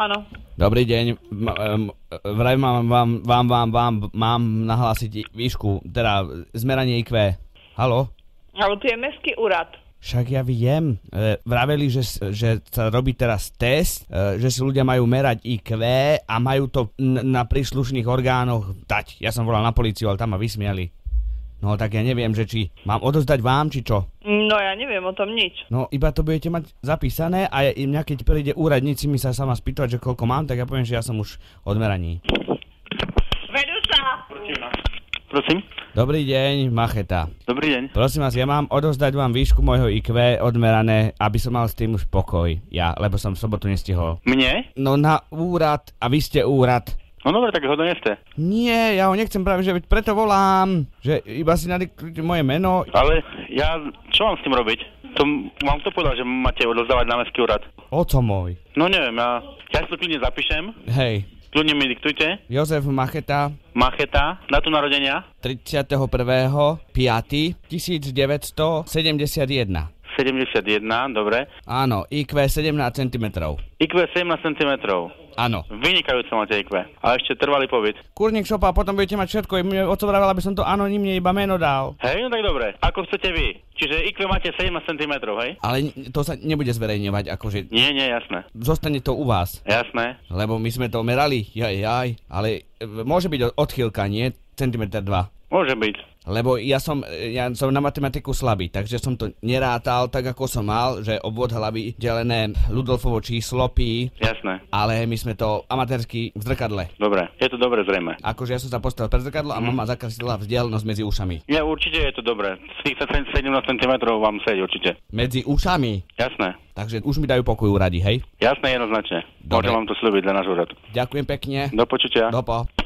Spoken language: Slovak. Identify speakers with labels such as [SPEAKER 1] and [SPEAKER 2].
[SPEAKER 1] Áno.
[SPEAKER 2] Dobrý deň, M- em, vraj mám vám, vám, vám, vám, mám nahlásiť i- výšku, teda zmeranie IQ. Halo?
[SPEAKER 1] Ale tu je mestský úrad.
[SPEAKER 2] Však ja viem, e, vraveli, že, s- že sa robí teraz test, e, že si ľudia majú merať IQ a majú to n- na príslušných orgánoch dať. Ja som volal na políciu, ale tam ma vysmiali. No tak ja neviem, že či mám odozdať vám, či čo.
[SPEAKER 1] No ja neviem o tom nič.
[SPEAKER 2] No iba to budete mať zapísané a ja- mňa keď príde úradníci mi sa sama spýtať, že koľko mám, tak ja poviem, že ja som už odmeraní.
[SPEAKER 1] Vedú sa.
[SPEAKER 3] Prosím?
[SPEAKER 2] Dobrý deň, Macheta.
[SPEAKER 3] Dobrý deň.
[SPEAKER 2] Prosím vás, ja mám odozdať vám výšku môjho IQ odmerané, aby som mal s tým už pokoj. Ja, lebo som v sobotu nestihol.
[SPEAKER 3] Mne?
[SPEAKER 2] No na úrad a vy ste úrad.
[SPEAKER 3] No dobre, tak ho doneste.
[SPEAKER 2] Nie, ja ho nechcem práve, že veď preto volám, že iba si nadikujte moje meno.
[SPEAKER 3] Ale ja, čo mám s tým robiť? To m- vám to povedal, že máte odovzdávať na mestský úrad.
[SPEAKER 2] Oco môj.
[SPEAKER 3] No neviem, ja, ja si to kľudne zapíšem,
[SPEAKER 2] Hej,
[SPEAKER 3] kľudne mi diktujte.
[SPEAKER 2] Jozef Macheta,
[SPEAKER 3] Macheta, datum narodenia
[SPEAKER 2] 31.5.1971.
[SPEAKER 3] 71, dobre.
[SPEAKER 2] Áno, IQ 17 cm.
[SPEAKER 3] IQ 17 cm.
[SPEAKER 2] Áno.
[SPEAKER 3] Vynikajúce máte IQ. A ešte trvalý pobyt.
[SPEAKER 2] Kurník šopa, potom budete mať všetko. I Mne oco vravel, aby som to anonimne iba meno dal.
[SPEAKER 3] Hej, no tak dobre. Ako chcete vy? Čiže IQ máte 17 cm, hej?
[SPEAKER 2] Ale n- to sa nebude zverejňovať, akože
[SPEAKER 3] Nie, nie, jasné.
[SPEAKER 2] zostane to u vás.
[SPEAKER 3] Jasné.
[SPEAKER 2] Lebo my sme to merali, jaj, jaj, ale e, môže byť o- odchýlka, nie? Centimeter dva.
[SPEAKER 3] Môže byť.
[SPEAKER 2] Lebo ja som, e, ja som na matematiku slabý, takže som to nerátal tak, ako som mal, že obvod hlavy delené Ludolfovo číslo pí,
[SPEAKER 3] Jasné.
[SPEAKER 2] ale my sme to amatérsky v zrkadle.
[SPEAKER 3] Dobre. Je to dobre zrejme.
[SPEAKER 2] Akože ja som sa postavil pred zrkadlo a mama zakreslila vzdialenosť medzi ušami.
[SPEAKER 3] Nie, určite je to dobré. Z tých 17 cm vám sedí určite.
[SPEAKER 2] Medzi ušami?
[SPEAKER 3] Jasné.
[SPEAKER 2] Takže už mi dajú pokoj uradi, hej?
[SPEAKER 3] Jasné, jednoznačne.
[SPEAKER 2] Dobre.
[SPEAKER 3] Môžem vám to slúbiť za náš úrad.
[SPEAKER 2] Ďakujem pekne.
[SPEAKER 3] Do počutia.
[SPEAKER 2] Dopo.